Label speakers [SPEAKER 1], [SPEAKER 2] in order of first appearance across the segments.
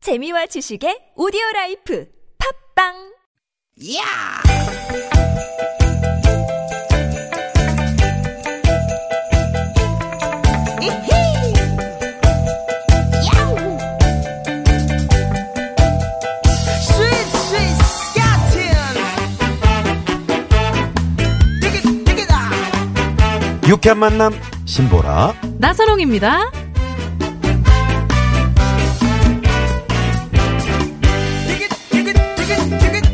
[SPEAKER 1] 재미와 지식의 오디오 라이프 팝빵
[SPEAKER 2] 야! 이히! 야우! 스윗 스윗 스캇틴! 디귿 디귿아!
[SPEAKER 3] 유쾌한 만남 신보라
[SPEAKER 4] 나선홍입니다.
[SPEAKER 2] 디귿 디귿 디귿 디귿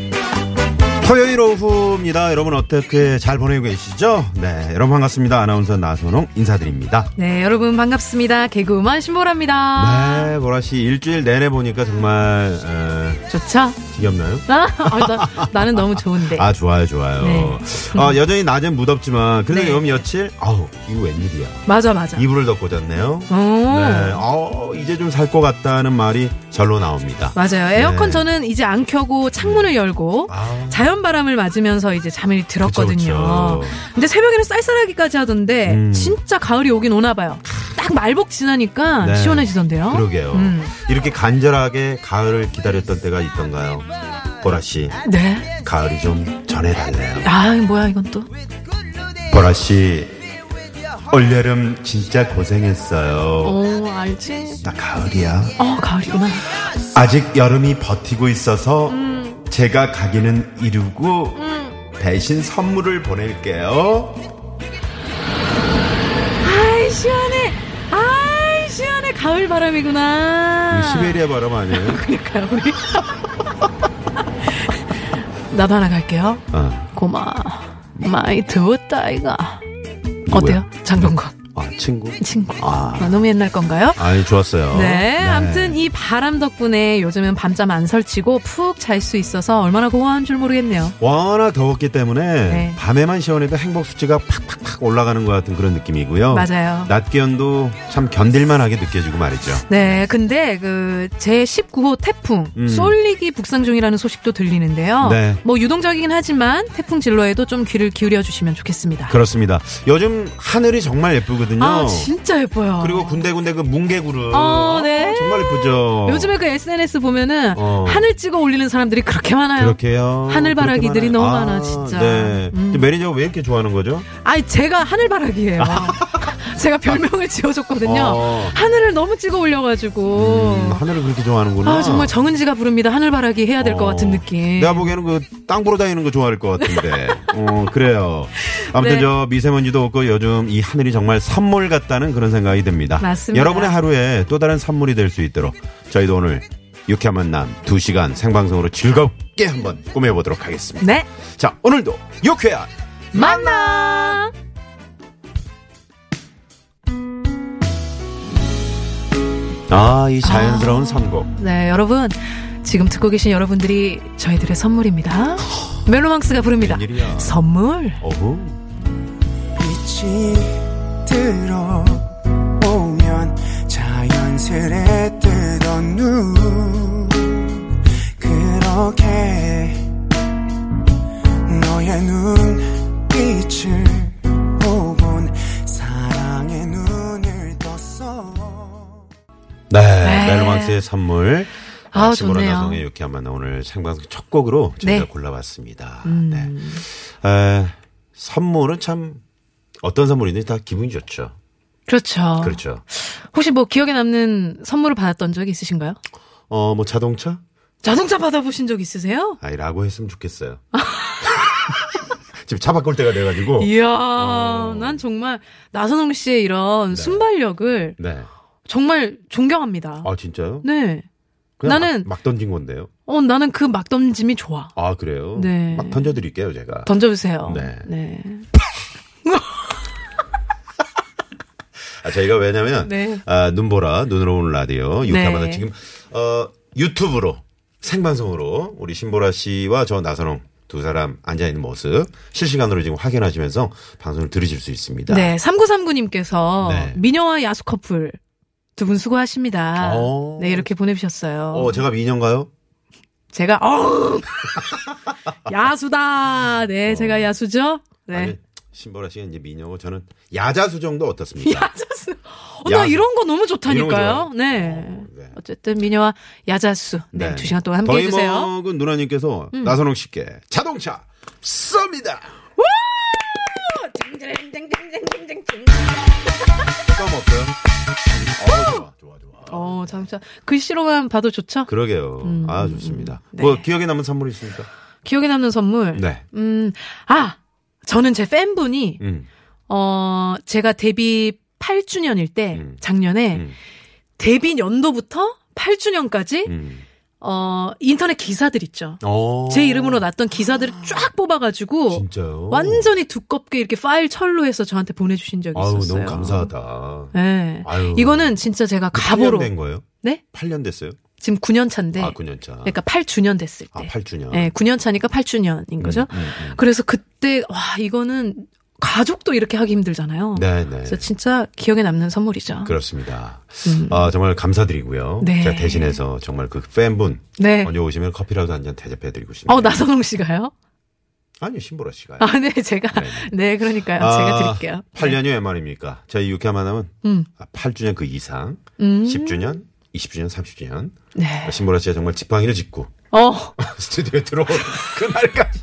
[SPEAKER 3] 토요일 오후입니다. 여러분 어떻게 잘 보내고 계시죠? 네, 여러분 반갑습니다. 아나운서 나선홍 인사드립니다.
[SPEAKER 4] 네, 여러분 반갑습니다. 개그우먼 신보라입니다.
[SPEAKER 3] 네, 보라 씨 일주일 내내 보니까 정말 에,
[SPEAKER 4] 좋죠?
[SPEAKER 3] 지겹나요?
[SPEAKER 4] 아, 나, 나는 너무 좋은데.
[SPEAKER 3] 아 좋아요, 좋아요.
[SPEAKER 4] 네.
[SPEAKER 3] 어, 여전히 낮엔 무덥지만 그래도
[SPEAKER 4] 네.
[SPEAKER 3] 요 며칠 아우 이거 웬일이야?
[SPEAKER 4] 맞아, 맞아.
[SPEAKER 3] 이불을 덮고 잤네요.
[SPEAKER 4] 오,
[SPEAKER 3] 네, 어 이제 좀 살 것 같다는 말이 절로 나옵니다.
[SPEAKER 4] 맞아요. 에어컨
[SPEAKER 3] 네.
[SPEAKER 4] 저는 이제 안 켜고 창문을 열고
[SPEAKER 3] 아.
[SPEAKER 4] 자연 바람을 맞으면서 이제 잠을 들었거든요.
[SPEAKER 3] 그쵸, 그쵸.
[SPEAKER 4] 근데 새벽에는 쌀쌀하기까지 하던데
[SPEAKER 3] 음.
[SPEAKER 4] 진짜 가을이 오긴 오나 봐요. 딱 말복 지나니까
[SPEAKER 3] 네.
[SPEAKER 4] 시원해지던데요.
[SPEAKER 3] 그러게요.
[SPEAKER 4] 음.
[SPEAKER 3] 이렇게 간절하게 가을을 기다렸던 때가 있던가요? 보라 씨.
[SPEAKER 4] 네.
[SPEAKER 3] 가을이 좀 전해달래요.
[SPEAKER 4] 아, 뭐야 이건 또.
[SPEAKER 3] 보라 씨, 올여름 진짜 고생했어요.
[SPEAKER 4] 어, 알지?
[SPEAKER 3] 나 가을이야.
[SPEAKER 4] 어, 가을이구나.
[SPEAKER 3] 아직 여름이 버티고 있어서 제가 가기는 이루고 대신 선물을 보낼게요.
[SPEAKER 4] 아이 시원해 아이 시원해 가을 바람이구나
[SPEAKER 3] 이거 시베리아 바람 아니에요?
[SPEAKER 4] 그러니까요 우리 나도 하나 갈게요
[SPEAKER 3] 어,
[SPEAKER 4] 고마 많이 더웠다 이가 어때요 장동건
[SPEAKER 3] 아, 친구?
[SPEAKER 4] 친구
[SPEAKER 3] 아.
[SPEAKER 4] 아, 너무 옛날 건가요?
[SPEAKER 3] 아니, 좋았어요.
[SPEAKER 4] 네, 아무튼 이 바람 덕분에 요즘은 밤잠 안 설치고 푹 잘 수 있어서 얼마나 고마운 줄 모르겠네요.
[SPEAKER 3] 워낙 더웠기 때문에
[SPEAKER 4] 네.
[SPEAKER 3] 밤에만 시원해도 행복 수치가 팍팍팍 올라가는 것 같은 그런 느낌이고요.
[SPEAKER 4] 맞아요.
[SPEAKER 3] 낮 기온도 참 견딜만하게 느껴지고 말이죠.
[SPEAKER 4] 네, 근데 그 제 19호 태풍
[SPEAKER 3] 음.
[SPEAKER 4] 쏠리기 북상 중이라는 소식도 들리는데요.
[SPEAKER 3] 네.
[SPEAKER 4] 뭐 유동적이긴 하지만 태풍 진로에도 좀 귀를 기울여 주시면 좋겠습니다.
[SPEAKER 3] 그렇습니다. 요즘 하늘이 정말 예쁘거든요.
[SPEAKER 4] 아, 진짜 예뻐요.
[SPEAKER 3] 그리고 군데군데 그 뭉게구름.
[SPEAKER 4] 어, 네.
[SPEAKER 3] 어, 정말 예쁘죠.
[SPEAKER 4] 요즘에 그 SNS 보면은
[SPEAKER 3] 어.
[SPEAKER 4] 하늘 찍어 올리는 사람들이 그렇게 많아요.
[SPEAKER 3] 그렇게요.
[SPEAKER 4] 하늘바라기들이
[SPEAKER 3] 그렇게
[SPEAKER 4] 너무
[SPEAKER 3] 많아요.
[SPEAKER 4] 많아, 진짜.
[SPEAKER 3] 네.
[SPEAKER 4] 음.
[SPEAKER 3] 근데 매니저가 왜 이렇게 좋아하는 거죠?
[SPEAKER 4] 아니 제가 하늘바라기예요. 제가 별명을 지어줬거든요.
[SPEAKER 3] 아. 어.
[SPEAKER 4] 하늘을 너무 찍어 올려가지고.
[SPEAKER 3] 음, 하늘을 그렇게 좋아하는구나.
[SPEAKER 4] 아 정말 정은지가 부릅니다. 하늘바라기 해야 될 것
[SPEAKER 3] 어.
[SPEAKER 4] 같은 느낌.
[SPEAKER 3] 내가 보기에는 그 땅 보러 다니는 거 좋아할 것 같은데. 어, 그래요. 아무튼
[SPEAKER 4] 네.
[SPEAKER 3] 저 미세먼지도 없고 요즘 이 하늘이 정말 선물 같다는 그런 생각이 듭니다.
[SPEAKER 4] 맞습니다.
[SPEAKER 3] 여러분의 하루에 또 다른 선물이 될 수 있도록 저희도 오늘 유쾌한 만남 2시간 생방송으로 즐겁게 한번 꾸며보도록 하겠습니다.
[SPEAKER 4] 네,
[SPEAKER 3] 자, 오늘도 유쾌한
[SPEAKER 4] 만나.
[SPEAKER 3] 아, 이 자연스러운 선곡.
[SPEAKER 4] 네, 여러분. 지금 듣고 계신 여러분들이 저희들의 선물입니다. 멜로망스가 부릅니다.
[SPEAKER 3] 웬일이야.
[SPEAKER 4] 선물.
[SPEAKER 3] 어후.
[SPEAKER 5] 빛이 들어오면 자연스레 뜨던 눈 그렇게 너의 눈빛을 보곤 사랑의 눈을 떴어
[SPEAKER 3] 네,
[SPEAKER 4] 네.
[SPEAKER 3] 멜로망스의 선물.
[SPEAKER 4] 아,
[SPEAKER 3] 아, 신보라
[SPEAKER 4] 좋네요.
[SPEAKER 3] 나성의 유쾌한 만남 오늘 생방송 첫 곡으로 저희가
[SPEAKER 4] 네.
[SPEAKER 3] 골라봤습니다.
[SPEAKER 4] 음.
[SPEAKER 3] 네. 에, 선물은 참 어떤 선물이든 다 기분이 좋죠.
[SPEAKER 4] 그렇죠.
[SPEAKER 3] 그렇죠.
[SPEAKER 4] 혹시 뭐 기억에 남는 선물을 받았던 적이 있으신가요?
[SPEAKER 3] 어, 뭐 자동차?
[SPEAKER 4] 자동차 받아보신 적 있으세요?
[SPEAKER 3] 아이라고 했으면 좋겠어요. 지금 차 바꿀 때가 돼가지고.
[SPEAKER 4] 이야,
[SPEAKER 3] 어.
[SPEAKER 4] 난 정말 나선홍 씨의 이런 순발력을
[SPEAKER 3] 네.
[SPEAKER 4] 정말 존경합니다.
[SPEAKER 3] 아, 진짜요?
[SPEAKER 4] 네.
[SPEAKER 3] 그냥
[SPEAKER 4] 나는-
[SPEAKER 3] 막, 막 던진 건데요.
[SPEAKER 4] 어, 나는 그 막 던짐이 좋아.
[SPEAKER 3] 아, 그래요?
[SPEAKER 4] 네.
[SPEAKER 3] 막 던져드릴게요, 제가.
[SPEAKER 4] 던져주세요.
[SPEAKER 3] 네.
[SPEAKER 4] 네.
[SPEAKER 3] 아, 저희가 왜냐면,
[SPEAKER 4] 네.
[SPEAKER 3] 아, 눈보라, 눈으로 오는 라디오, 유카마다
[SPEAKER 4] 네.
[SPEAKER 3] 지금, 어, 유튜브로, 생방송으로, 우리 신보라 씨와 저 나선홍 두 사람 앉아있는 모습, 실시간으로 지금 확인하시면서 방송을 들으실 수 있습니다.
[SPEAKER 4] 네, 3939님께서
[SPEAKER 3] 네.
[SPEAKER 4] 미녀와 야수 커플 두 분 수고하십니다.
[SPEAKER 3] 어.
[SPEAKER 4] 네, 이렇게 보내주셨어요.
[SPEAKER 3] 어, 제가 미녀인가요?
[SPEAKER 4] 제가, 어우! 야수다! 네, 제가 야수죠? 네.
[SPEAKER 3] 아니, 신보라 씨는 이제 미녀고 저는 야자수 정도 어떻습니까?
[SPEAKER 4] 야자수. 어, 나
[SPEAKER 3] 야수.
[SPEAKER 4] 이런 거 너무
[SPEAKER 3] 이런
[SPEAKER 4] 좋다니까요.
[SPEAKER 3] 거 좋아요. 어,
[SPEAKER 4] 네.
[SPEAKER 3] 네. 뭐
[SPEAKER 4] 어쨌든 미녀와 야자수. 네. 두 시간 동안 함께 해주세요. 음.
[SPEAKER 3] 더이먹은 그 누나님께서 나선홍 씨께 자동차 쏩니다. 써먹어요. 어, 좋아, 좋아, 좋아.
[SPEAKER 4] 어, 자동차. 글씨로만 봐도 좋죠?
[SPEAKER 3] 그러게요. 아, 좋습니다.
[SPEAKER 4] 음. 네.
[SPEAKER 3] 뭐 기억에 남은 선물이 있습니까?
[SPEAKER 4] 기억에 남는 선물.
[SPEAKER 3] 네.
[SPEAKER 4] 음, 아! 저는 제 팬분이,
[SPEAKER 3] 음.
[SPEAKER 4] 어, 제가 데뷔 8주년일 때,
[SPEAKER 3] 음.
[SPEAKER 4] 작년에,
[SPEAKER 3] 음.
[SPEAKER 4] 데뷔 연도부터 8주년까지,
[SPEAKER 3] 음.
[SPEAKER 4] 어, 인터넷 기사들 있죠.
[SPEAKER 3] 어.
[SPEAKER 4] 제 이름으로 났던 기사들을 쫙 뽑아가지고,
[SPEAKER 3] 진짜요?
[SPEAKER 4] 완전히 두껍게 이렇게 파일 철로 해서 저한테 보내주신 적이
[SPEAKER 3] 아유,
[SPEAKER 4] 있었어요.
[SPEAKER 3] 너무 감사하다.
[SPEAKER 4] 네.
[SPEAKER 3] 아유. 그
[SPEAKER 4] 이거는 진짜 제가
[SPEAKER 3] 가보로.
[SPEAKER 4] 가보로.
[SPEAKER 3] 8년 된 거예요?
[SPEAKER 4] 네?
[SPEAKER 3] 8년 됐어요?
[SPEAKER 4] 지금 9년 차인데.
[SPEAKER 3] 아, 9년 차.
[SPEAKER 4] 그러니까 8주년 됐을 때.
[SPEAKER 3] 아, 8주년. 음,
[SPEAKER 4] 네, 9년 차니까 8주년인 거죠. 그래서 그때, 와, 이거는 가족도 이렇게 하기 힘들잖아요.
[SPEAKER 3] 네, 네.
[SPEAKER 4] 어. 그래서 진짜 기억에 남는 선물이죠.
[SPEAKER 3] 그렇습니다.
[SPEAKER 4] 음.
[SPEAKER 3] 아, 정말 감사드리고요.
[SPEAKER 4] 네.
[SPEAKER 3] 제가 대신해서 정말 그 팬분
[SPEAKER 4] 네.
[SPEAKER 3] 언제 오시면 커피라도 한 잔 대접해드리고 싶네요.
[SPEAKER 4] 어, 나선홍 씨가요?
[SPEAKER 3] 아니요, 신보라 씨가요.
[SPEAKER 4] 아, 네, 제가. 네, 그러니까요. 제가 드릴게요.
[SPEAKER 3] 아,
[SPEAKER 4] 네.
[SPEAKER 3] 8년이 웬 말입니까? 저희 유쾌한 만남은
[SPEAKER 4] 음.
[SPEAKER 3] 아, 8주년 그 이상,
[SPEAKER 4] 음.
[SPEAKER 3] 10주년, 20주년, 30주년. 아,
[SPEAKER 4] 네.
[SPEAKER 3] 신보라 씨가 정말 지팡이를 짚고
[SPEAKER 4] 어,
[SPEAKER 3] 스튜디오에 들어온 그날까지.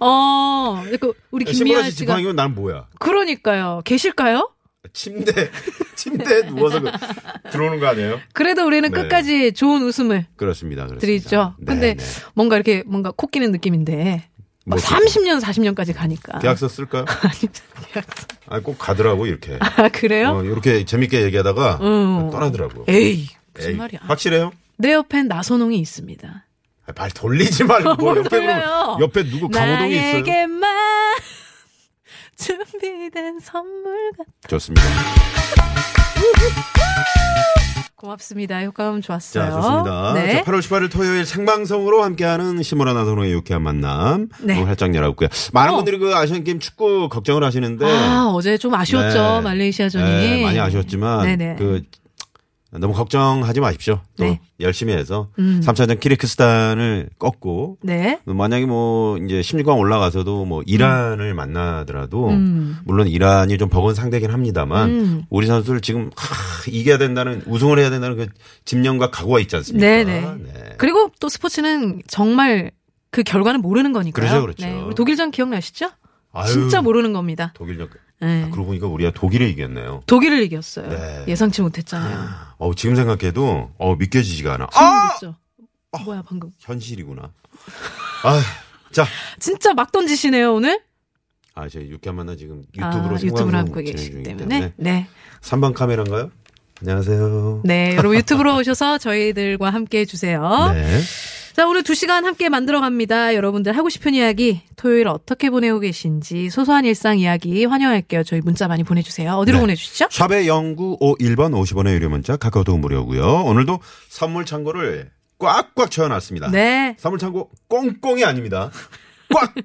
[SPEAKER 4] 어. 그 우리
[SPEAKER 3] 신보라
[SPEAKER 4] 김미아
[SPEAKER 3] 씨
[SPEAKER 4] 씨가.
[SPEAKER 3] 지팡이면 난 뭐야?
[SPEAKER 4] 그러니까요. 계실까요?
[SPEAKER 3] 침대, 침대에 누워서 그- 들어오는 거 아니에요?
[SPEAKER 4] 그래도 우리는
[SPEAKER 3] 네.
[SPEAKER 4] 끝까지 좋은 웃음을
[SPEAKER 3] 그렇습니다. 그렇습니다.
[SPEAKER 4] 드리죠.
[SPEAKER 3] 네,
[SPEAKER 4] 근데
[SPEAKER 3] 네.
[SPEAKER 4] 뭔가 이렇게 뭔가 코끼는 느낌인데
[SPEAKER 3] 뭐
[SPEAKER 4] 30년, 40년까지 가니까.
[SPEAKER 3] 계약서 쓸까요?
[SPEAKER 4] 아니, 계약서.
[SPEAKER 3] 아니, 꼭 가더라고, 이렇게.
[SPEAKER 4] 아, 그래요?
[SPEAKER 3] 어, 이렇게 재밌게 얘기하다가
[SPEAKER 4] 음.
[SPEAKER 3] 떠나더라고.
[SPEAKER 4] 에이, 무슨
[SPEAKER 3] 에이,
[SPEAKER 4] 말이야.
[SPEAKER 3] 확실해요?
[SPEAKER 4] 내 옆엔 나선홍이 있습니다.
[SPEAKER 3] 아, 발 돌리지 말고 뭐
[SPEAKER 4] 뭘
[SPEAKER 3] 옆에
[SPEAKER 4] 돌려요?
[SPEAKER 3] 보면 옆에 누구 강호동이 있어요.
[SPEAKER 4] 나에게만 준비된 선물 같
[SPEAKER 3] 좋습니다.
[SPEAKER 4] 고맙습니다. 효과음 좋았어요.
[SPEAKER 3] 자, 좋습니다.
[SPEAKER 4] 네.
[SPEAKER 3] 자, 8월 18일 토요일 생방송으로 함께하는 시모라 나선호의 유쾌한 만남.
[SPEAKER 4] 네.
[SPEAKER 3] 오늘 활짝 열어볼고요. 많은
[SPEAKER 4] 어.
[SPEAKER 3] 분들이 그 아시안 게임 축구 걱정을 하시는데.
[SPEAKER 4] 아, 어제 좀 아쉬웠죠.
[SPEAKER 3] 네.
[SPEAKER 4] 말레이시아전이.
[SPEAKER 3] 네, 많이 아쉬웠지만
[SPEAKER 4] 네네.
[SPEAKER 3] 그 너무 걱정하지 마십시오. 또
[SPEAKER 4] 네.
[SPEAKER 3] 열심히 해서
[SPEAKER 4] 음.
[SPEAKER 3] 3차전 키르키스탄을 꺾고
[SPEAKER 4] 네.
[SPEAKER 3] 만약에 뭐 이제 16강 올라가서도 뭐 이란을 만나더라도
[SPEAKER 4] 음.
[SPEAKER 3] 물론 이란이 좀 버거운 상대긴 합니다만
[SPEAKER 4] 음.
[SPEAKER 3] 우리 선수들 지금 하, 이겨야 된다는 우승을 해야 된다는 그 집념과 각오가 있지 않습니까?
[SPEAKER 4] 네네.
[SPEAKER 3] 네.
[SPEAKER 4] 그리고 또 스포츠는 정말 그 결과는 모르는 거니까요.
[SPEAKER 3] 그렇죠, 그렇죠.
[SPEAKER 4] 네, 우리 독일전 기억나시죠?
[SPEAKER 3] 아유,
[SPEAKER 4] 진짜 모르는 겁니다.
[SPEAKER 3] 독일전.
[SPEAKER 4] 네.
[SPEAKER 3] 아, 그러고 보니까 우리가 독일을 이겼네요.
[SPEAKER 4] 독일을 이겼어요.
[SPEAKER 3] 네.
[SPEAKER 4] 예상치 못했잖아요.
[SPEAKER 3] 어 지금 생각해도 어 믿겨지지가 않아. 아!
[SPEAKER 4] 소름돋죠. 뭐야 방금?
[SPEAKER 3] 현실이구나. 아, 자.
[SPEAKER 4] 진짜 막 던지시네요 오늘.
[SPEAKER 3] 아, 저희 유쾌한 만나 지금 유튜브로
[SPEAKER 4] 아, 유튜브를
[SPEAKER 3] 생방송
[SPEAKER 4] 하고
[SPEAKER 3] 진행
[SPEAKER 4] 계시기
[SPEAKER 3] 중이기
[SPEAKER 4] 때문에. 네.
[SPEAKER 3] 3번 카메라인가요? 안녕하세요.
[SPEAKER 4] 네, 여러분 유튜브로 오셔서 저희들과 함께 해주세요.
[SPEAKER 3] 네.
[SPEAKER 4] 자, 오늘 두 시간 함께 만들어 갑니다. 여러분들 하고 싶은 이야기, 토요일 어떻게 보내고 계신지, 소소한 일상 이야기 환영할게요. 저희 문자 많이 보내주세요. 어디로
[SPEAKER 3] 네.
[SPEAKER 4] 보내주시죠?
[SPEAKER 3] 샵의 0951번 50원의 유료 문자 카카오톡 무료고요. 오늘도 선물 창고를 꽉꽉 채워놨습니다.
[SPEAKER 4] 네.
[SPEAKER 3] 선물 창고 꽁꽁이 아닙니다.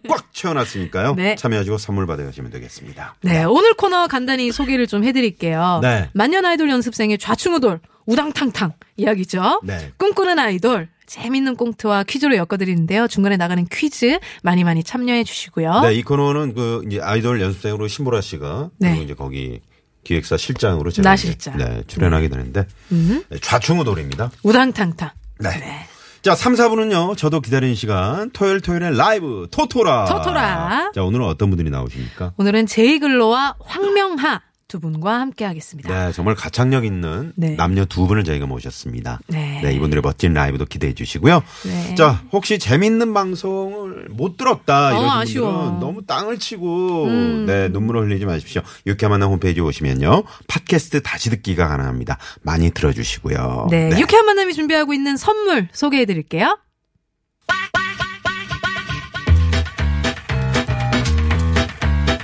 [SPEAKER 3] 꽉꽉 채워놨으니까요.
[SPEAKER 4] 네.
[SPEAKER 3] 참여하시고 선물 받아가시면 되겠습니다.
[SPEAKER 4] 네, 오늘 코너 간단히 소개를 좀 해드릴게요.
[SPEAKER 3] 네.
[SPEAKER 4] 만년 아이돌 연습생의 좌충우돌, 우당탕탕 이야기죠.
[SPEAKER 3] 네.
[SPEAKER 4] 꿈꾸는 아이돌, 재밌는 꽁트와 퀴즈로 엮어드리는데요. 중간에 나가는 퀴즈 많이 많이 참여해 주시고요.
[SPEAKER 3] 네, 이 코너는 그 이제 아이돌 연습생으로 신보라 씨가
[SPEAKER 4] 네.
[SPEAKER 3] 그리고 이제 거기 기획사 실장으로 제가
[SPEAKER 4] 나
[SPEAKER 3] 이제,
[SPEAKER 4] 실장. 음.
[SPEAKER 3] 네, 출연하게 되는데 네, 좌충우돌입니다.
[SPEAKER 4] 우당탕탕.
[SPEAKER 3] 네. 자, 3, 4부는요, 저도 기다리는 시간, 토요일 토요일에 라이브, 토토라.
[SPEAKER 4] 토토라.
[SPEAKER 3] 자, 오늘은 어떤 분들이 나오십니까?
[SPEAKER 4] 오늘은 제이글로와 황명하 두 분과 함께 하겠습니다.
[SPEAKER 3] 네, 정말 가창력 있는
[SPEAKER 4] 네.
[SPEAKER 3] 남녀 두 분을 저희가 모셨습니다.
[SPEAKER 4] 네.
[SPEAKER 3] 이분들의 멋진 라이브도 기대해 주시고요.
[SPEAKER 4] 네.
[SPEAKER 3] 자, 혹시 재밌는 방송을 못 들었다, 이런
[SPEAKER 4] 어,
[SPEAKER 3] 분들은
[SPEAKER 4] 아쉬워. 음.
[SPEAKER 3] 너무 땅을 치고, 네, 눈물을 흘리지 마십시오. 유쾌한 만남 홈페이지 오시면요, 팟캐스트 다시 듣기가 가능합니다. 많이 들어주시고요.
[SPEAKER 4] 네, 유쾌한 만남이 준비하고 있는 선물 소개해 드릴게요.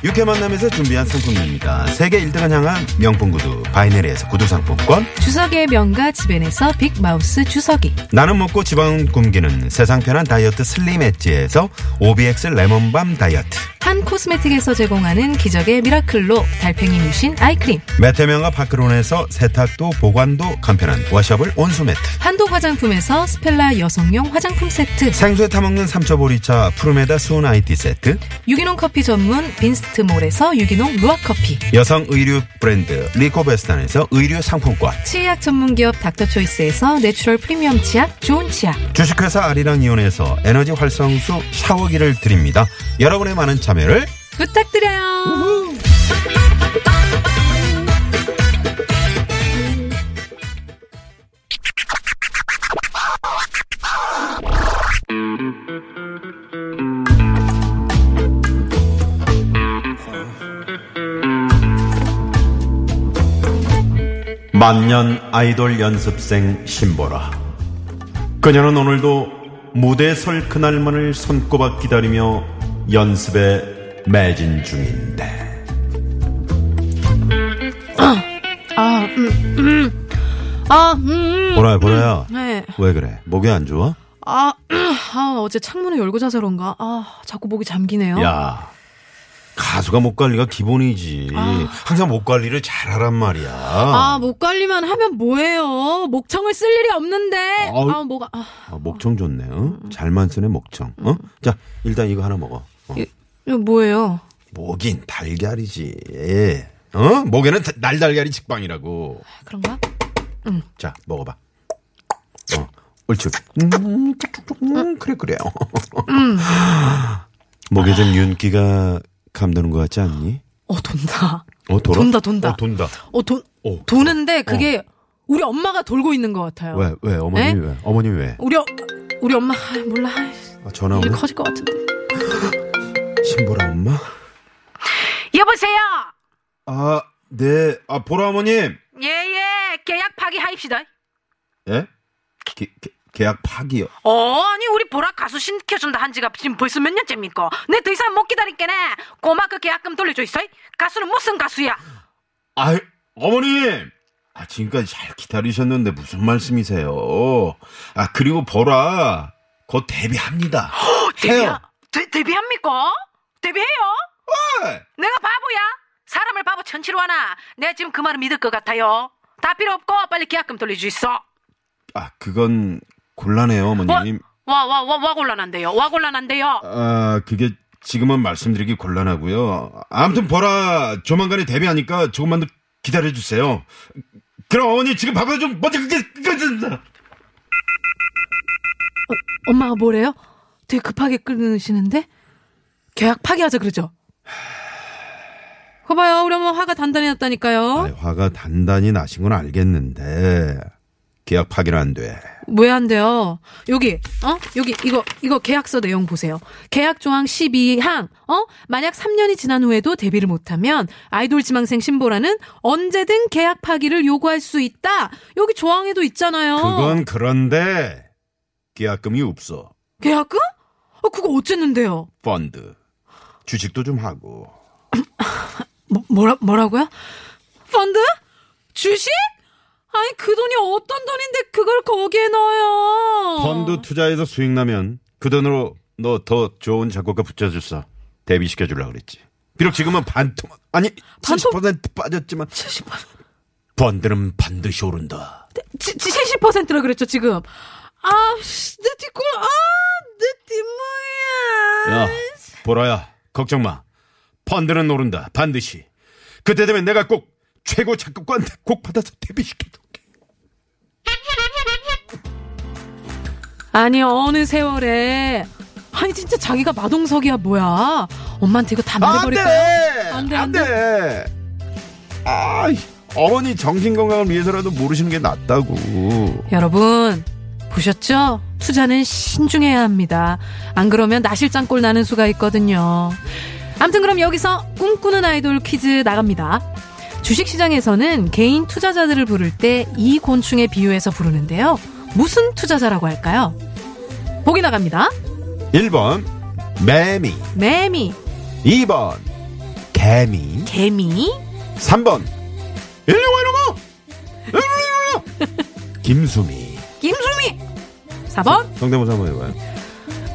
[SPEAKER 3] 육회 만남에서 준비한 상품입니다. 세계 1등을 향한 명품 구두 바이네리에서 구두 상품권
[SPEAKER 4] 주석의 명가 집엔에서 빅마우스 주석이.
[SPEAKER 3] 나는 먹고 지방 굶기는 세상 편한 다이어트 슬림 엣지에서 오비엑스 레몬밤 다이어트
[SPEAKER 4] 한 코스메틱에서 제공하는 기적의 미라클로 달팽이 뮤신 아이크림
[SPEAKER 3] 메테면과 파크론에서 세탁도 보관도 간편한 워셔블 온수 매트
[SPEAKER 4] 한독 화장품에서 스펠라 여성용 화장품 세트
[SPEAKER 3] 생수에 타먹는 삼초보리차 푸르메다 수은 아이티 세트
[SPEAKER 4] 유기농 커피 전문 빈스트 아트몰에서 유기농 루아커피
[SPEAKER 3] 여성 의류 브랜드 리코베스탄에서 의류 상품권
[SPEAKER 4] 치약 전문기업 닥터초이스에서 내추럴 프리미엄 치약 좋은 치약
[SPEAKER 3] 주식회사 아리랑 이온에서 에너지 활성수 샤워기를 드립니다. 여러분의 많은 참여를
[SPEAKER 4] 부탁드려요
[SPEAKER 3] 만년 아이돌 연습생 신보라. 그녀는 오늘도 무대에 설 그날만을 손꼽아 기다리며 연습에 매진 중인데.
[SPEAKER 4] 아, 음, 음. 아, 음.
[SPEAKER 3] 보라야, 보라야.
[SPEAKER 4] 네.
[SPEAKER 3] 왜 그래? 목이 안 좋아?
[SPEAKER 4] 아, 아, 어제 창문을 열고 자서 그런가? 아, 자꾸 목이 잠기네요.
[SPEAKER 3] 야. 어? 가수가 목 관리가 기본이지. 항상 목 관리를 잘하란 말이야.
[SPEAKER 4] 아, 목 관리만 하면 뭐해요? 목청을 쓸 일이 없는데.
[SPEAKER 3] 아우.
[SPEAKER 4] 아, 뭐가. 아,
[SPEAKER 3] 아, 목청 좋네. 응? 잘만 쓰네 목청. 어? 자 일단 이거 하나 먹어. 어.
[SPEAKER 4] 이거 뭐예요?
[SPEAKER 3] 목인 달걀이지. 어? 목에는 다- 날달걀이 직방이라고.
[SPEAKER 4] 아, 그런가?
[SPEAKER 3] 자 먹어봐. 어, 옳지. 음, 쭉쭉쭉. 음, 그래 그래.
[SPEAKER 4] 음.
[SPEAKER 3] 목에 좀 윤기가 감도는 것 같지 않니?
[SPEAKER 4] 어, 돈다.
[SPEAKER 3] 어 돌아.
[SPEAKER 4] 돈다, 돈다.
[SPEAKER 3] 어, 돈다.
[SPEAKER 4] 어, 돈,
[SPEAKER 3] 어.
[SPEAKER 4] 도는데 그게 우리 엄마가 돌고 있는 것 같아요.
[SPEAKER 3] 왜 왜? 어머님이
[SPEAKER 4] 네?
[SPEAKER 3] 왜? 어머님이 왜?
[SPEAKER 4] 우리, 어- 우리 엄마, 아, 몰라. 아,
[SPEAKER 3] 아, 전화
[SPEAKER 4] 일
[SPEAKER 3] 오네.
[SPEAKER 4] 커질 것 같은데.
[SPEAKER 3] 신보라 엄마.
[SPEAKER 4] 여보세요!
[SPEAKER 3] 아 네. 아 보라 어머님.
[SPEAKER 4] 예, 예. 계약 파기하입시다.
[SPEAKER 3] 예? 계- 계- 계약 파기요.
[SPEAKER 4] 어, 아니 우리 보라 가수 신켜준다 한 지가 지금 벌써 몇 년째입니까? 내 더 이상 못 기다릴게네. 고마 그 계약금 돌려줘 있어. 가수는 무슨 가수야?
[SPEAKER 3] 아, 어머님! 아, 지금까지 잘 기다리셨는데 무슨 말씀이세요? 아, 그리고 보라, 곧 데뷔합니다. 해요.
[SPEAKER 4] 데, 데뷔합니까? 데뷔해요?
[SPEAKER 3] 네.
[SPEAKER 4] 내가 바보야? 사람을 바보 천치로 하나? 내가 지금 그 말을 믿을 것 같아요. 다 필요 없고 빨리 계약금 돌려줘 있어.
[SPEAKER 3] 아, 그건 곤란해요, 어머님.
[SPEAKER 4] 와 와 와 와 곤란한데요. 와 곤란한데요.
[SPEAKER 3] 아, 그게 지금은 말씀드리기 곤란하고요. 아무튼 보라, 조만간에 데뷔하니까 조금만 더 기다려주세요. 그럼 어머니 지금 바빠 좀 먼저 그게 그게
[SPEAKER 4] 엄마가 뭐래요? 되게 급하게 끊으시는데 계약 파기하자 그러죠. 거봐요, 우리 엄마 화가 단단히 났다니까요.
[SPEAKER 3] 아니, 네, 화가 단단히 나신 건 알겠는데 계약 파기는 안 돼.
[SPEAKER 4] 왜 안 돼요? 여기, 어? 여기, 이거, 이거 계약서 내용 보세요. 계약 조항 12항, 어? 만약 3년이 지난 후에도 데뷔를 못하면 아이돌 지망생 신보라는 언제든 계약 파기를 요구할 수 있다! 여기 조항에도 있잖아요.
[SPEAKER 3] 그건 그런데 계약금이 없어.
[SPEAKER 4] 계약금? 어, 그거 어쨌는데요?
[SPEAKER 3] 펀드. 주식도 좀 하고.
[SPEAKER 4] 뭐, 뭐라, 뭐라고요? 펀드? 주식? 아니, 그 돈이 어떤 돈인데 그걸 거기에 넣어요?
[SPEAKER 3] 펀드 투자해서 수익 나면 그 돈으로 너 더 좋은 작곡가 붙여줬어. 데뷔시켜 주려고 그랬지. 비록 지금은 반토막 아니
[SPEAKER 4] 반토-
[SPEAKER 3] 70% 빠졌지만
[SPEAKER 4] 70%.
[SPEAKER 3] 펀드는 반드시 오른다.
[SPEAKER 4] 지, 지 70%라 그랬죠, 지금. 아, 씨, 내 뒷골, 아, 내 뒷모야.
[SPEAKER 3] 야, 보라야. 걱정 마. 펀드는 오른다. 반드시. 그때 되면 내가 꼭 최고 작곡가한테 곡 받아서 데뷔시켜 줄게.
[SPEAKER 4] 아니, 어느 세월에. 아니, 진짜 자기가 마동석이야, 뭐야. 엄마한테 이거 다
[SPEAKER 3] 아,
[SPEAKER 4] 말해버릴까요?
[SPEAKER 3] 안 돼! 안 돼! 아, 어머니 정신건강을 위해서라도 모르시는 게 낫다고.
[SPEAKER 4] 여러분, 보셨죠? 투자는 신중해야 합니다. 안 그러면 나실장꼴 나는 수가 있거든요. 암튼 그럼 여기서 꿈꾸는 아이돌 퀴즈 나갑니다. 주식시장에서는 개인 투자자들을 부를 때 이 곤충에 비유해서 부르는데요. 무슨 투자자라고 할까요? 보기 나갑니다.
[SPEAKER 3] 1번, 매미.
[SPEAKER 4] 매미,
[SPEAKER 3] 2번, 개미.
[SPEAKER 4] 개미,
[SPEAKER 3] 3번, 일로 와, 일로 와! 일로 와, 일로 와! 김수미.
[SPEAKER 4] 김수미. 4번.
[SPEAKER 3] 성대모사 한번 해봐요.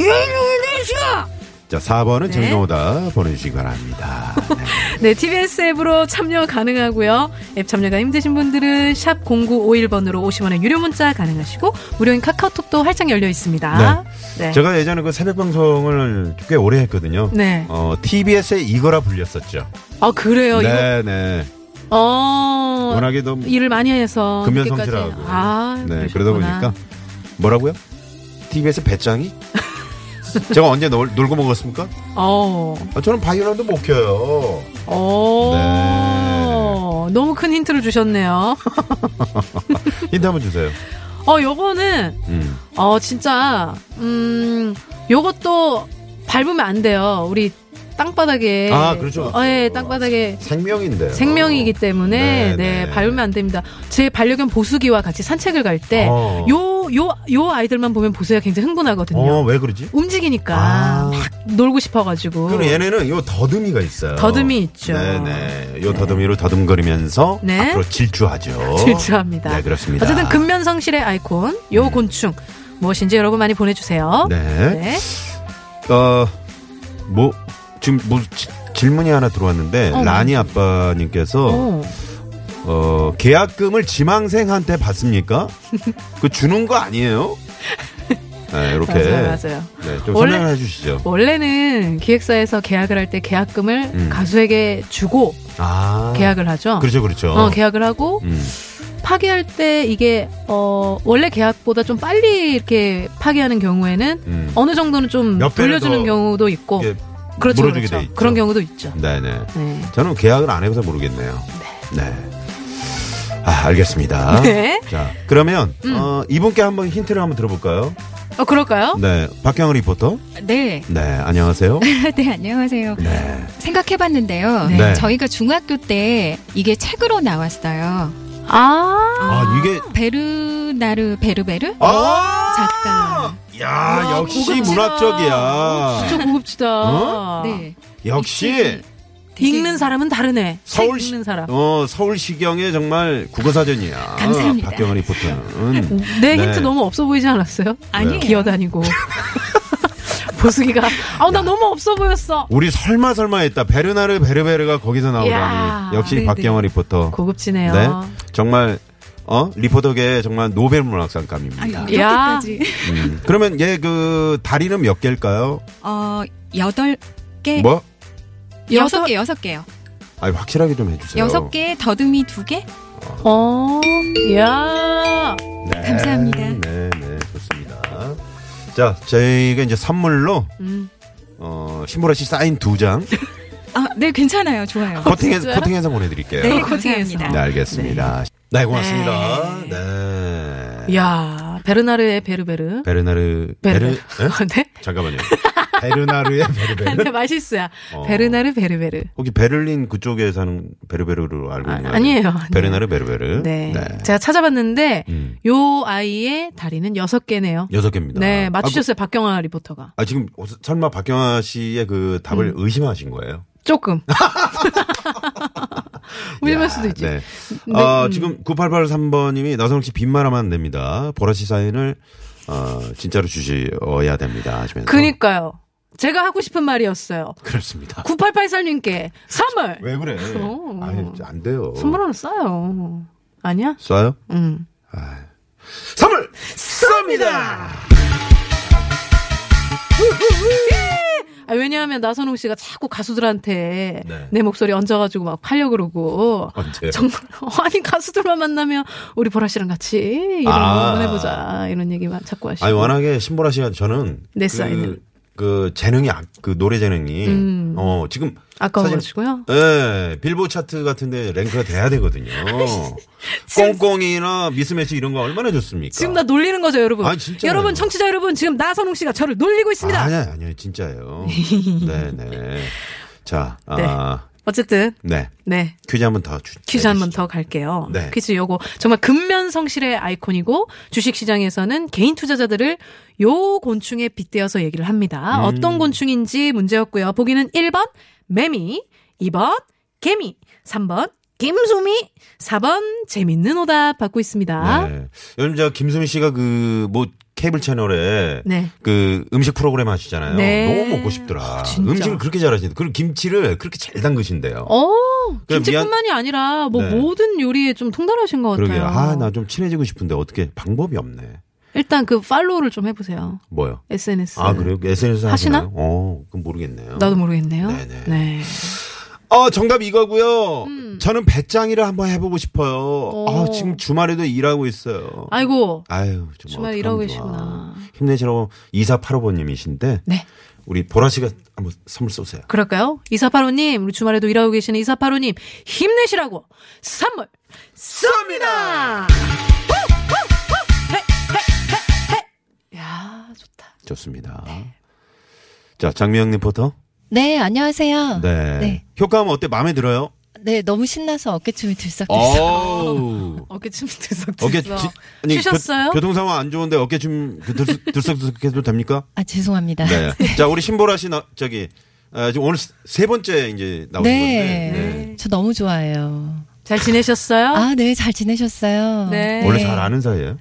[SPEAKER 4] 예예예
[SPEAKER 3] 자, 4번은
[SPEAKER 4] 네.
[SPEAKER 3] 정정호다 보내주시기 바랍니다. 네.
[SPEAKER 4] 네, TBS 앱으로 참여 가능하고요. 앱 참여가 힘드신 분들은 샵 0951번으로 50원의 유료 문자 가능하시고 무료인 카카오톡도 활짝 열려 있습니다. 네.
[SPEAKER 3] 제가 예전에 그 새벽 방송을 꽤 오래 했거든요.
[SPEAKER 4] 네.
[SPEAKER 3] 어, TBS의 이거라 불렸었죠.
[SPEAKER 4] 아, 그래요.
[SPEAKER 3] 네, 네.
[SPEAKER 4] 이거 어.
[SPEAKER 3] 워낙에 너무
[SPEAKER 4] 일을 많이 해서
[SPEAKER 3] 금연
[SPEAKER 4] 늦게까지.
[SPEAKER 3] 성실하고.
[SPEAKER 4] 아,
[SPEAKER 3] 네, 그러다
[SPEAKER 4] 그러셨구나.
[SPEAKER 3] 보니까 뭐라고요? TBS 배짱이? 제가 언제 놀, 놀고 먹었습니까?
[SPEAKER 4] 어.
[SPEAKER 3] 아, 저는 바이올린도 못 켜요.
[SPEAKER 4] 어.
[SPEAKER 3] 네.
[SPEAKER 4] 너무 큰 힌트를 주셨네요.
[SPEAKER 3] 힌트 한번 주세요.
[SPEAKER 4] 어, 요거는
[SPEAKER 3] 음.
[SPEAKER 4] 어, 진짜, 음, 요것도 밟으면 안 돼요. 우리 땅바닥에.
[SPEAKER 3] 아, 그렇죠.
[SPEAKER 4] 어, 예, 땅바닥에
[SPEAKER 3] 생명인데요.
[SPEAKER 4] 생명이기
[SPEAKER 3] 네,
[SPEAKER 4] 때문에, 네,
[SPEAKER 3] 네.
[SPEAKER 4] 밟으면 안 됩니다. 제 반려견 보수기와 같이 산책을 갈 때,
[SPEAKER 3] 어.
[SPEAKER 4] 요, 요, 요 아이들만 보면 보수기가 굉장히 흥분하거든요.
[SPEAKER 3] 어, 왜 그러지?
[SPEAKER 4] 움직이니까
[SPEAKER 3] 아.
[SPEAKER 4] 막 놀고 싶어가지고.
[SPEAKER 3] 그럼 얘네는 요 더듬이가 있어요.
[SPEAKER 4] 더듬이 있죠.
[SPEAKER 3] 네네. 요 더듬이로 더듬거리면서
[SPEAKER 4] 네.
[SPEAKER 3] 앞으로 질주하죠.
[SPEAKER 4] 질주합니다.
[SPEAKER 3] 네, 그렇습니다. 음.
[SPEAKER 4] 어쨌든 근면성실의 아이콘, 요 곤충. 무엇인지 여러분 많이 보내주세요.
[SPEAKER 3] 네.
[SPEAKER 4] 네.
[SPEAKER 3] 어, 뭐, 지금 뭐 지- 질문이 하나 들어왔는데,
[SPEAKER 4] 어.
[SPEAKER 3] 라니 아빠님께서,
[SPEAKER 4] 어.
[SPEAKER 3] 어, 계약금을 지망생한테 받습니까? 그 주는 거 아니에요? 네, 이렇게.
[SPEAKER 4] 맞아요, 맞아요.
[SPEAKER 3] 네, 좀
[SPEAKER 4] 원래-
[SPEAKER 3] 설명을 해주시죠.
[SPEAKER 4] 원래는 기획사에서 계약을 할 때 계약금을
[SPEAKER 3] 음.
[SPEAKER 4] 가수에게 주고
[SPEAKER 3] 아.
[SPEAKER 4] 계약을 하죠.
[SPEAKER 3] 그렇죠, 그렇죠.
[SPEAKER 4] 어, 계약을 하고
[SPEAKER 3] 음.
[SPEAKER 4] 파기할 때 이게 어 원래 계약보다 좀 빨리 이렇게 파기하는 경우에는
[SPEAKER 3] 음.
[SPEAKER 4] 어느 정도는 좀
[SPEAKER 3] 몇 배를
[SPEAKER 4] 돌려주는
[SPEAKER 3] 더
[SPEAKER 4] 경우도 있고
[SPEAKER 3] 이게
[SPEAKER 4] 그렇죠,
[SPEAKER 3] 물어주게 돼
[SPEAKER 4] 그렇죠.
[SPEAKER 3] 있죠. 음.
[SPEAKER 4] 그런 경우도 있죠.
[SPEAKER 3] 네네.
[SPEAKER 4] 네.
[SPEAKER 3] 저는 계약을 안 해봐서 모르겠네요. 네. 아, 알겠습니다.
[SPEAKER 4] 네. 음.
[SPEAKER 3] 자, 그러면, 어, 이분께 한번 힌트를 한번 들어볼까요?
[SPEAKER 4] 어 그럴까요?
[SPEAKER 3] 네. 박경은 리포터.
[SPEAKER 6] 네.
[SPEAKER 3] 네, 안녕하세요.
[SPEAKER 6] 네, 안녕하세요.
[SPEAKER 3] 네.
[SPEAKER 6] 생각해봤는데요.
[SPEAKER 3] 네.
[SPEAKER 6] 저희가 중학교 때 이게 책으로 나왔어요.
[SPEAKER 4] 아,
[SPEAKER 3] 아, 이게.
[SPEAKER 6] 베르나르 베르베르
[SPEAKER 3] 아!
[SPEAKER 6] 작가.
[SPEAKER 3] 야,
[SPEAKER 4] 어? 와,
[SPEAKER 3] 역시
[SPEAKER 4] 고급지다.
[SPEAKER 3] 문학적이야.
[SPEAKER 4] 진짜 고급지다.
[SPEAKER 3] 어?
[SPEAKER 6] 네.
[SPEAKER 3] 역시,
[SPEAKER 6] 되게
[SPEAKER 4] 읽는 사람은 다르네. 책
[SPEAKER 3] 서울시-
[SPEAKER 4] 읽는 사람.
[SPEAKER 3] 어, 서울시경의 정말 국어사전이야.
[SPEAKER 6] 감사합니다.
[SPEAKER 3] 박경은 리포터는.
[SPEAKER 4] 내
[SPEAKER 3] 네.
[SPEAKER 4] 힌트 너무 없어 보이지 않았어요?
[SPEAKER 6] 아니에요.
[SPEAKER 4] 기어다니고. 보수기가 아우 나 너무 없어 보였어.
[SPEAKER 3] 우리 설마 설마 했다. 베르나르 베르베르가 거기서
[SPEAKER 4] 야.
[SPEAKER 3] 나오다니. 역시
[SPEAKER 6] 네네.
[SPEAKER 3] 박경은 리포터.
[SPEAKER 4] 고급지네요.
[SPEAKER 3] 네. 정말 어 리포터계 정말 노벨
[SPEAKER 6] 아니,
[SPEAKER 3] 문학상감입니다.
[SPEAKER 4] 예.
[SPEAKER 6] 이렇게까지.
[SPEAKER 3] 음. 그러면 얘 그 다리는 몇 개일까요?
[SPEAKER 6] 어, 여덟 개.
[SPEAKER 3] 뭐?
[SPEAKER 6] 여섯 개, 여섯 개요.
[SPEAKER 3] 아니 확실하게 좀 해주세요.
[SPEAKER 6] 여섯 개, 더듬이 두 개?
[SPEAKER 4] 어, 야,
[SPEAKER 3] 네,
[SPEAKER 6] 감사합니다.
[SPEAKER 3] 네, 네, 좋습니다. 자, 저희가 이제 선물로
[SPEAKER 4] 음.
[SPEAKER 3] 어 신보라 씨 사인 두 장
[SPEAKER 6] 아, 네, 괜찮아요. 좋아요.
[SPEAKER 3] 코팅해서
[SPEAKER 4] 진짜요?
[SPEAKER 3] 코팅해서 보내드릴게요.
[SPEAKER 6] 네,
[SPEAKER 4] 코팅해서.
[SPEAKER 6] 감사합니다.
[SPEAKER 3] 네, 알겠습니다. 네, 고맙습니다. 네.
[SPEAKER 4] 야, 베르나르의 베르베르.
[SPEAKER 3] 베르나르 베르
[SPEAKER 4] 베르.
[SPEAKER 3] 에?
[SPEAKER 4] 네,
[SPEAKER 3] 잠깐만요. 베르나르의 베르베르.
[SPEAKER 4] 네, 마실수야.
[SPEAKER 3] 어.
[SPEAKER 4] 베르나르 베르베르.
[SPEAKER 3] 혹시 베를린 그쪽에 사는 베르베르로 알고
[SPEAKER 4] 아,
[SPEAKER 3] 있나요?
[SPEAKER 4] 아니에요.
[SPEAKER 3] 베르나르 베르베르.
[SPEAKER 4] 네. 제가 찾아봤는데
[SPEAKER 3] 음.
[SPEAKER 4] 요 아이의 다리는 여섯 개네요.
[SPEAKER 3] 여섯 개입니다.
[SPEAKER 4] 네,
[SPEAKER 3] 아,
[SPEAKER 4] 맞추셨어요, 박경화 리포터가.
[SPEAKER 3] 그- 아, 지금 어, 설마 박경아 씨의 그 답을
[SPEAKER 4] 음.
[SPEAKER 3] 의심하신 거예요?
[SPEAKER 4] 조금. 의심할
[SPEAKER 3] 야,
[SPEAKER 4] 수도 있지.
[SPEAKER 3] 네.
[SPEAKER 4] 네,
[SPEAKER 3] 어,
[SPEAKER 4] 음.
[SPEAKER 3] 지금 9883번님이 나선홍 씨 빈말하면 안 됩니다. 보라 씨 사인을 어, 진짜로 주셔야 됩니다. 하시면서.
[SPEAKER 4] 그니까요. 제가 하고 싶은 말이었어요.
[SPEAKER 3] 그렇습니다.
[SPEAKER 4] 9884님께 선물!
[SPEAKER 3] 왜 그래?
[SPEAKER 4] 어.
[SPEAKER 3] 아니, 안 돼요.
[SPEAKER 4] 선물 하나 싸요. 아니야?
[SPEAKER 3] 쏴요?
[SPEAKER 4] 음.
[SPEAKER 3] 아. 선물 쏩니다.
[SPEAKER 4] 아, 왜냐하면 나선홍 씨가 자꾸 가수들한테
[SPEAKER 3] 네.
[SPEAKER 4] 내 목소리 얹어가지고 막 팔려 그러고.
[SPEAKER 3] 언제요?
[SPEAKER 4] 정말, 어, 아니, 가수들만 만나면 우리 보라 씨랑 같이 이런
[SPEAKER 3] 아.
[SPEAKER 4] 거 한번 해보자. 이런 얘기만 자꾸 하시고.
[SPEAKER 3] 아니 워낙에 신보라 씨가 저는
[SPEAKER 4] 내
[SPEAKER 3] 그,
[SPEAKER 4] 사인을.
[SPEAKER 3] 그 재능이 아- 그 노래 재능이
[SPEAKER 4] 음.
[SPEAKER 3] 어 지금 사실
[SPEAKER 4] 아까워가지고요.
[SPEAKER 3] 예, 빌보 차트 같은데 랭크가 돼야 되거든요. 꽁꽁이나 미스매치 이런 거 얼마나 좋습니까?
[SPEAKER 4] 지금 나 놀리는 거죠, 여러분.
[SPEAKER 3] 아니, 진짜요.
[SPEAKER 4] 여러분, 청취자 여러분, 지금 나선홍 씨가 저를 놀리고 있습니다.
[SPEAKER 3] 아니요, 아니요, 진짜예요. 네네. 자, 아,
[SPEAKER 4] 어쨌든,
[SPEAKER 3] 네.
[SPEAKER 4] 네.
[SPEAKER 3] 퀴즈 한 번 더 주.
[SPEAKER 4] 퀴즈 한 번
[SPEAKER 3] 내주시죠.
[SPEAKER 4] 더 갈게요.
[SPEAKER 3] 네.
[SPEAKER 4] 퀴즈 요거 정말 근면성실의 아이콘이고 주식시장에서는 개인 투자자들을 요 곤충에 빗대어서 얘기를 합니다.
[SPEAKER 3] 음.
[SPEAKER 4] 어떤 곤충인지 문제였고요. 보기는 1번 매미, 2번 개미, 3번 김수미, 4번 재밌는 오답 받고 있습니다.
[SPEAKER 3] 네. 요즘 저 김수미 씨가 그 뭐 케이블 채널에
[SPEAKER 4] 네.
[SPEAKER 3] 그 음식 프로그램 하시잖아요.
[SPEAKER 4] 네.
[SPEAKER 3] 너무 먹고 싶더라.
[SPEAKER 4] 진짜.
[SPEAKER 3] 음식을 그렇게 잘하시는데 그리고 김치를 그렇게 잘 담그신대요.
[SPEAKER 4] 어,
[SPEAKER 3] 그냥
[SPEAKER 4] 김치뿐만이 아니라 뭐
[SPEAKER 3] 네.
[SPEAKER 4] 모든 요리에 좀 통달하신 것
[SPEAKER 3] 그러게요.
[SPEAKER 4] 같아요.
[SPEAKER 3] 아, 나 좀 친해지고 싶은데 어떻게 방법이 없네.
[SPEAKER 4] 일단 그 팔로우를 좀 해보세요.
[SPEAKER 3] 뭐요?
[SPEAKER 4] SNS.
[SPEAKER 3] 아, 그래요? SNS
[SPEAKER 4] 네. 하시나?
[SPEAKER 3] 하시나요? 어, 그건 모르겠네요.
[SPEAKER 4] 나도 모르겠네요.
[SPEAKER 3] 네네.
[SPEAKER 4] 네.
[SPEAKER 3] 어, 정답 이거고요.
[SPEAKER 4] 음.
[SPEAKER 3] 저는 배짱이를 한번 해보고 싶어요. 아, 지금 주말에도 일하고 있어요.
[SPEAKER 4] 아이고,
[SPEAKER 3] 아유, 정말
[SPEAKER 4] 주말
[SPEAKER 3] 어떡하면
[SPEAKER 4] 일하고
[SPEAKER 3] 좋아.
[SPEAKER 4] 계시구나.
[SPEAKER 3] 힘내시라고 2485번님이신데
[SPEAKER 4] 네.
[SPEAKER 3] 우리 보라 씨가 한번 선물 쏘세요.
[SPEAKER 4] 그럴까요? 이사파로님, 우리 주말에도 일하고 계시는 이사파로님, 힘내시라고 선물 쏩니다! 야, 좋다.
[SPEAKER 3] 좋습니다. 자, 장미영 리포터.
[SPEAKER 7] 네, 안녕하세요.
[SPEAKER 3] 네.
[SPEAKER 7] 네.
[SPEAKER 3] 효과음 어때? 마음에 들어요?
[SPEAKER 7] 네, 너무 신나서 어깨춤이 들썩들썩.
[SPEAKER 3] 어우.
[SPEAKER 4] 어깨춤이 들썩들썩.
[SPEAKER 3] 어깨 지- 아니, 교-
[SPEAKER 4] 쉬셨어요?
[SPEAKER 3] 교통 상황 안 좋은데 어깨 좀그 들썩- 들썩들썩해도 됩니까?
[SPEAKER 7] 아, 죄송합니다.
[SPEAKER 3] 네. 자, 우리 신보라 씨 나, 저기 아, 지금 오늘 세 번째 이제 나오는
[SPEAKER 7] 네.
[SPEAKER 3] 건데.
[SPEAKER 7] 저 너무 좋아해요.
[SPEAKER 4] 잘 지내셨어요?
[SPEAKER 7] 아, 네, 잘 지내셨어요.
[SPEAKER 4] 네.
[SPEAKER 3] 원래 잘 아는 사이예요?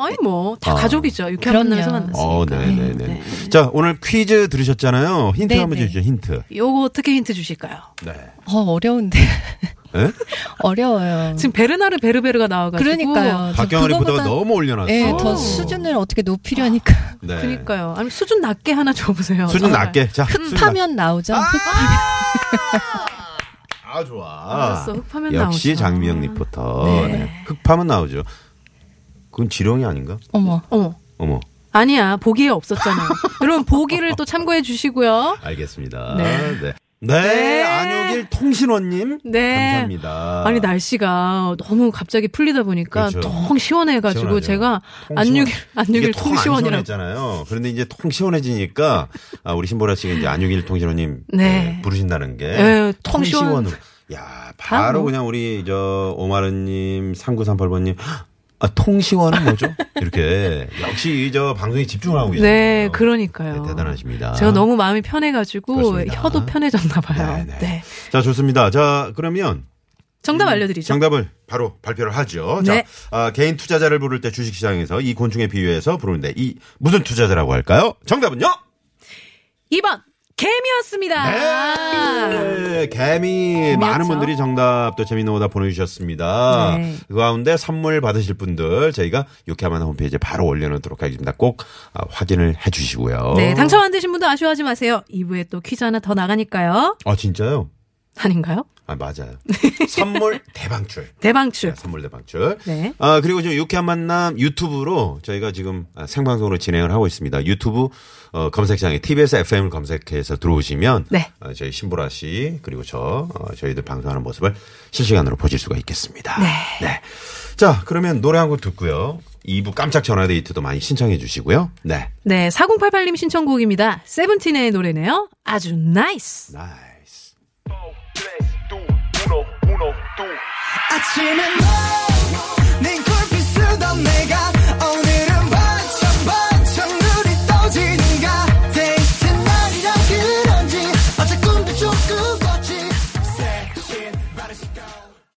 [SPEAKER 4] 아니, 뭐, 다
[SPEAKER 3] 아.
[SPEAKER 4] 가족이죠. 육회
[SPEAKER 7] 그럼요.
[SPEAKER 4] 만나면서 만났으니까.
[SPEAKER 3] 어, 네, 네, 네.
[SPEAKER 4] 네.
[SPEAKER 3] 자, 오늘 퀴즈 들으셨잖아요. 힌트
[SPEAKER 7] 네,
[SPEAKER 3] 한번
[SPEAKER 7] 네.
[SPEAKER 3] 주시죠. 힌트.
[SPEAKER 4] 요거 어떻게 힌트 주실까요?
[SPEAKER 3] 네.
[SPEAKER 7] 어, 어려운데. 아,
[SPEAKER 3] 예?
[SPEAKER 7] 어려워요.
[SPEAKER 4] 지금 베르나르 베르베르가 나와가지고.
[SPEAKER 7] 그러니까요. 저
[SPEAKER 3] 박경아리 보다가
[SPEAKER 7] 그거보다-
[SPEAKER 3] 너무 올려놨어.
[SPEAKER 7] 예, 더 수준을 어떻게 높이려니까.
[SPEAKER 3] 네.
[SPEAKER 4] 그니까요. 아니, 수준 낮게 하나 줘보세요.
[SPEAKER 3] 수준
[SPEAKER 7] 네.
[SPEAKER 4] 정말.
[SPEAKER 3] 낮게. 자, 수준 낮게.
[SPEAKER 7] 흡하면 나오죠. 흡하면.
[SPEAKER 3] 아, 좋아.
[SPEAKER 4] 알았어. 흡하면
[SPEAKER 3] 역시
[SPEAKER 4] 나오죠.
[SPEAKER 3] 장미영 리포터. 네. 흡하면 나오죠. 그건 지령이 아닌가?
[SPEAKER 7] 어머.
[SPEAKER 4] 어머.
[SPEAKER 3] 어머.
[SPEAKER 4] 아니야 보기에 없었잖아요. 여러분 보기를 또 참고해 주시고요.
[SPEAKER 3] 알겠습니다. 네.
[SPEAKER 4] 네.
[SPEAKER 3] 네.
[SPEAKER 4] 네.
[SPEAKER 3] 안효길 통신원님.
[SPEAKER 4] 네.
[SPEAKER 3] 감사합니다.
[SPEAKER 4] 아니 날씨가 너무 갑자기 풀리다 보니까
[SPEAKER 3] 그렇죠.
[SPEAKER 4] 통 시원해가지고
[SPEAKER 3] 시원하죠.
[SPEAKER 4] 제가
[SPEAKER 3] 통시원.
[SPEAKER 4] 안육일 안육일
[SPEAKER 3] 이게 통안
[SPEAKER 4] 통시원이라고.
[SPEAKER 3] 시원했잖아요. 그런데 이제 통 시원해지니까 아, 우리 신보라 씨가 이제 안유길 통신원님
[SPEAKER 4] 네.
[SPEAKER 3] 네, 부르신다는 게
[SPEAKER 4] 예, 통 시원.
[SPEAKER 3] 통시원으로. 야 바로
[SPEAKER 4] 뭐.
[SPEAKER 3] 그냥 우리 저 오마른님, 3938번님. 아 통시원은 뭐죠? 이렇게 역시 이 저 방송에 집중하고 계시네요.
[SPEAKER 4] 네, 그러니까요.
[SPEAKER 3] 네, 대단하십니다.
[SPEAKER 4] 제가 너무 마음이 편해가지고
[SPEAKER 3] 그렇습니다.
[SPEAKER 4] 혀도 편해졌나 봐요.
[SPEAKER 3] 네, 네.
[SPEAKER 4] 네,
[SPEAKER 3] 자 좋습니다. 자 그러면
[SPEAKER 4] 정답 알려드리죠.
[SPEAKER 3] 정답을 바로 발표를 하죠. 자,
[SPEAKER 4] 네.
[SPEAKER 3] 아, 개인 투자자를 부를 때 주식시장에서 이 곤충에 비유해서 부르는데 이 무슨 투자자라고 할까요? 정답은요?
[SPEAKER 4] 2번 개미였습니다.
[SPEAKER 3] 네, 개미
[SPEAKER 4] 그렇죠.
[SPEAKER 3] 많은 분들이 정답 또 재미있는 오답 보내주셨습니다.
[SPEAKER 4] 네.
[SPEAKER 3] 그 가운데 선물 받으실 분들 저희가 유쾌한 홈페이지에 바로 올려놓도록 하겠습니다. 꼭 아, 확인을 해주시고요.
[SPEAKER 4] 네, 당첨 안 되신 분도 아쉬워하지 마세요. 2부에 또 퀴즈 하나 더 나가니까요.
[SPEAKER 3] 아 진짜요?
[SPEAKER 4] 아닌가요?
[SPEAKER 3] 아 맞아요. 선물 대방출.
[SPEAKER 4] 대방출.
[SPEAKER 3] 네, 선물 대방출.
[SPEAKER 4] 네.
[SPEAKER 3] 아, 그리고 지금 유쾌한 만남 유튜브로 저희가 지금 아, 생방송으로 진행을 하고 있습니다. 유튜브 어, 검색창에 TBS FM을 검색해서 들어오시면
[SPEAKER 4] 네.
[SPEAKER 3] 어, 저희 신보라 씨 그리고 저 어, 저희들 방송하는 모습을 실시간으로 보실 수가 있겠습니다. 네. 자, 그러면 노래 한 곡 듣고요. 2부 깜짝 전화 데이트도 많이 신청해 주시고요. 네.
[SPEAKER 4] 네, 4088님 신청곡입니다. 세븐틴의 노래네요. 아주 나이스.
[SPEAKER 3] 나이스.
[SPEAKER 5] 뭐, 아침엔 넌 냉골피 쓰던 내가 오늘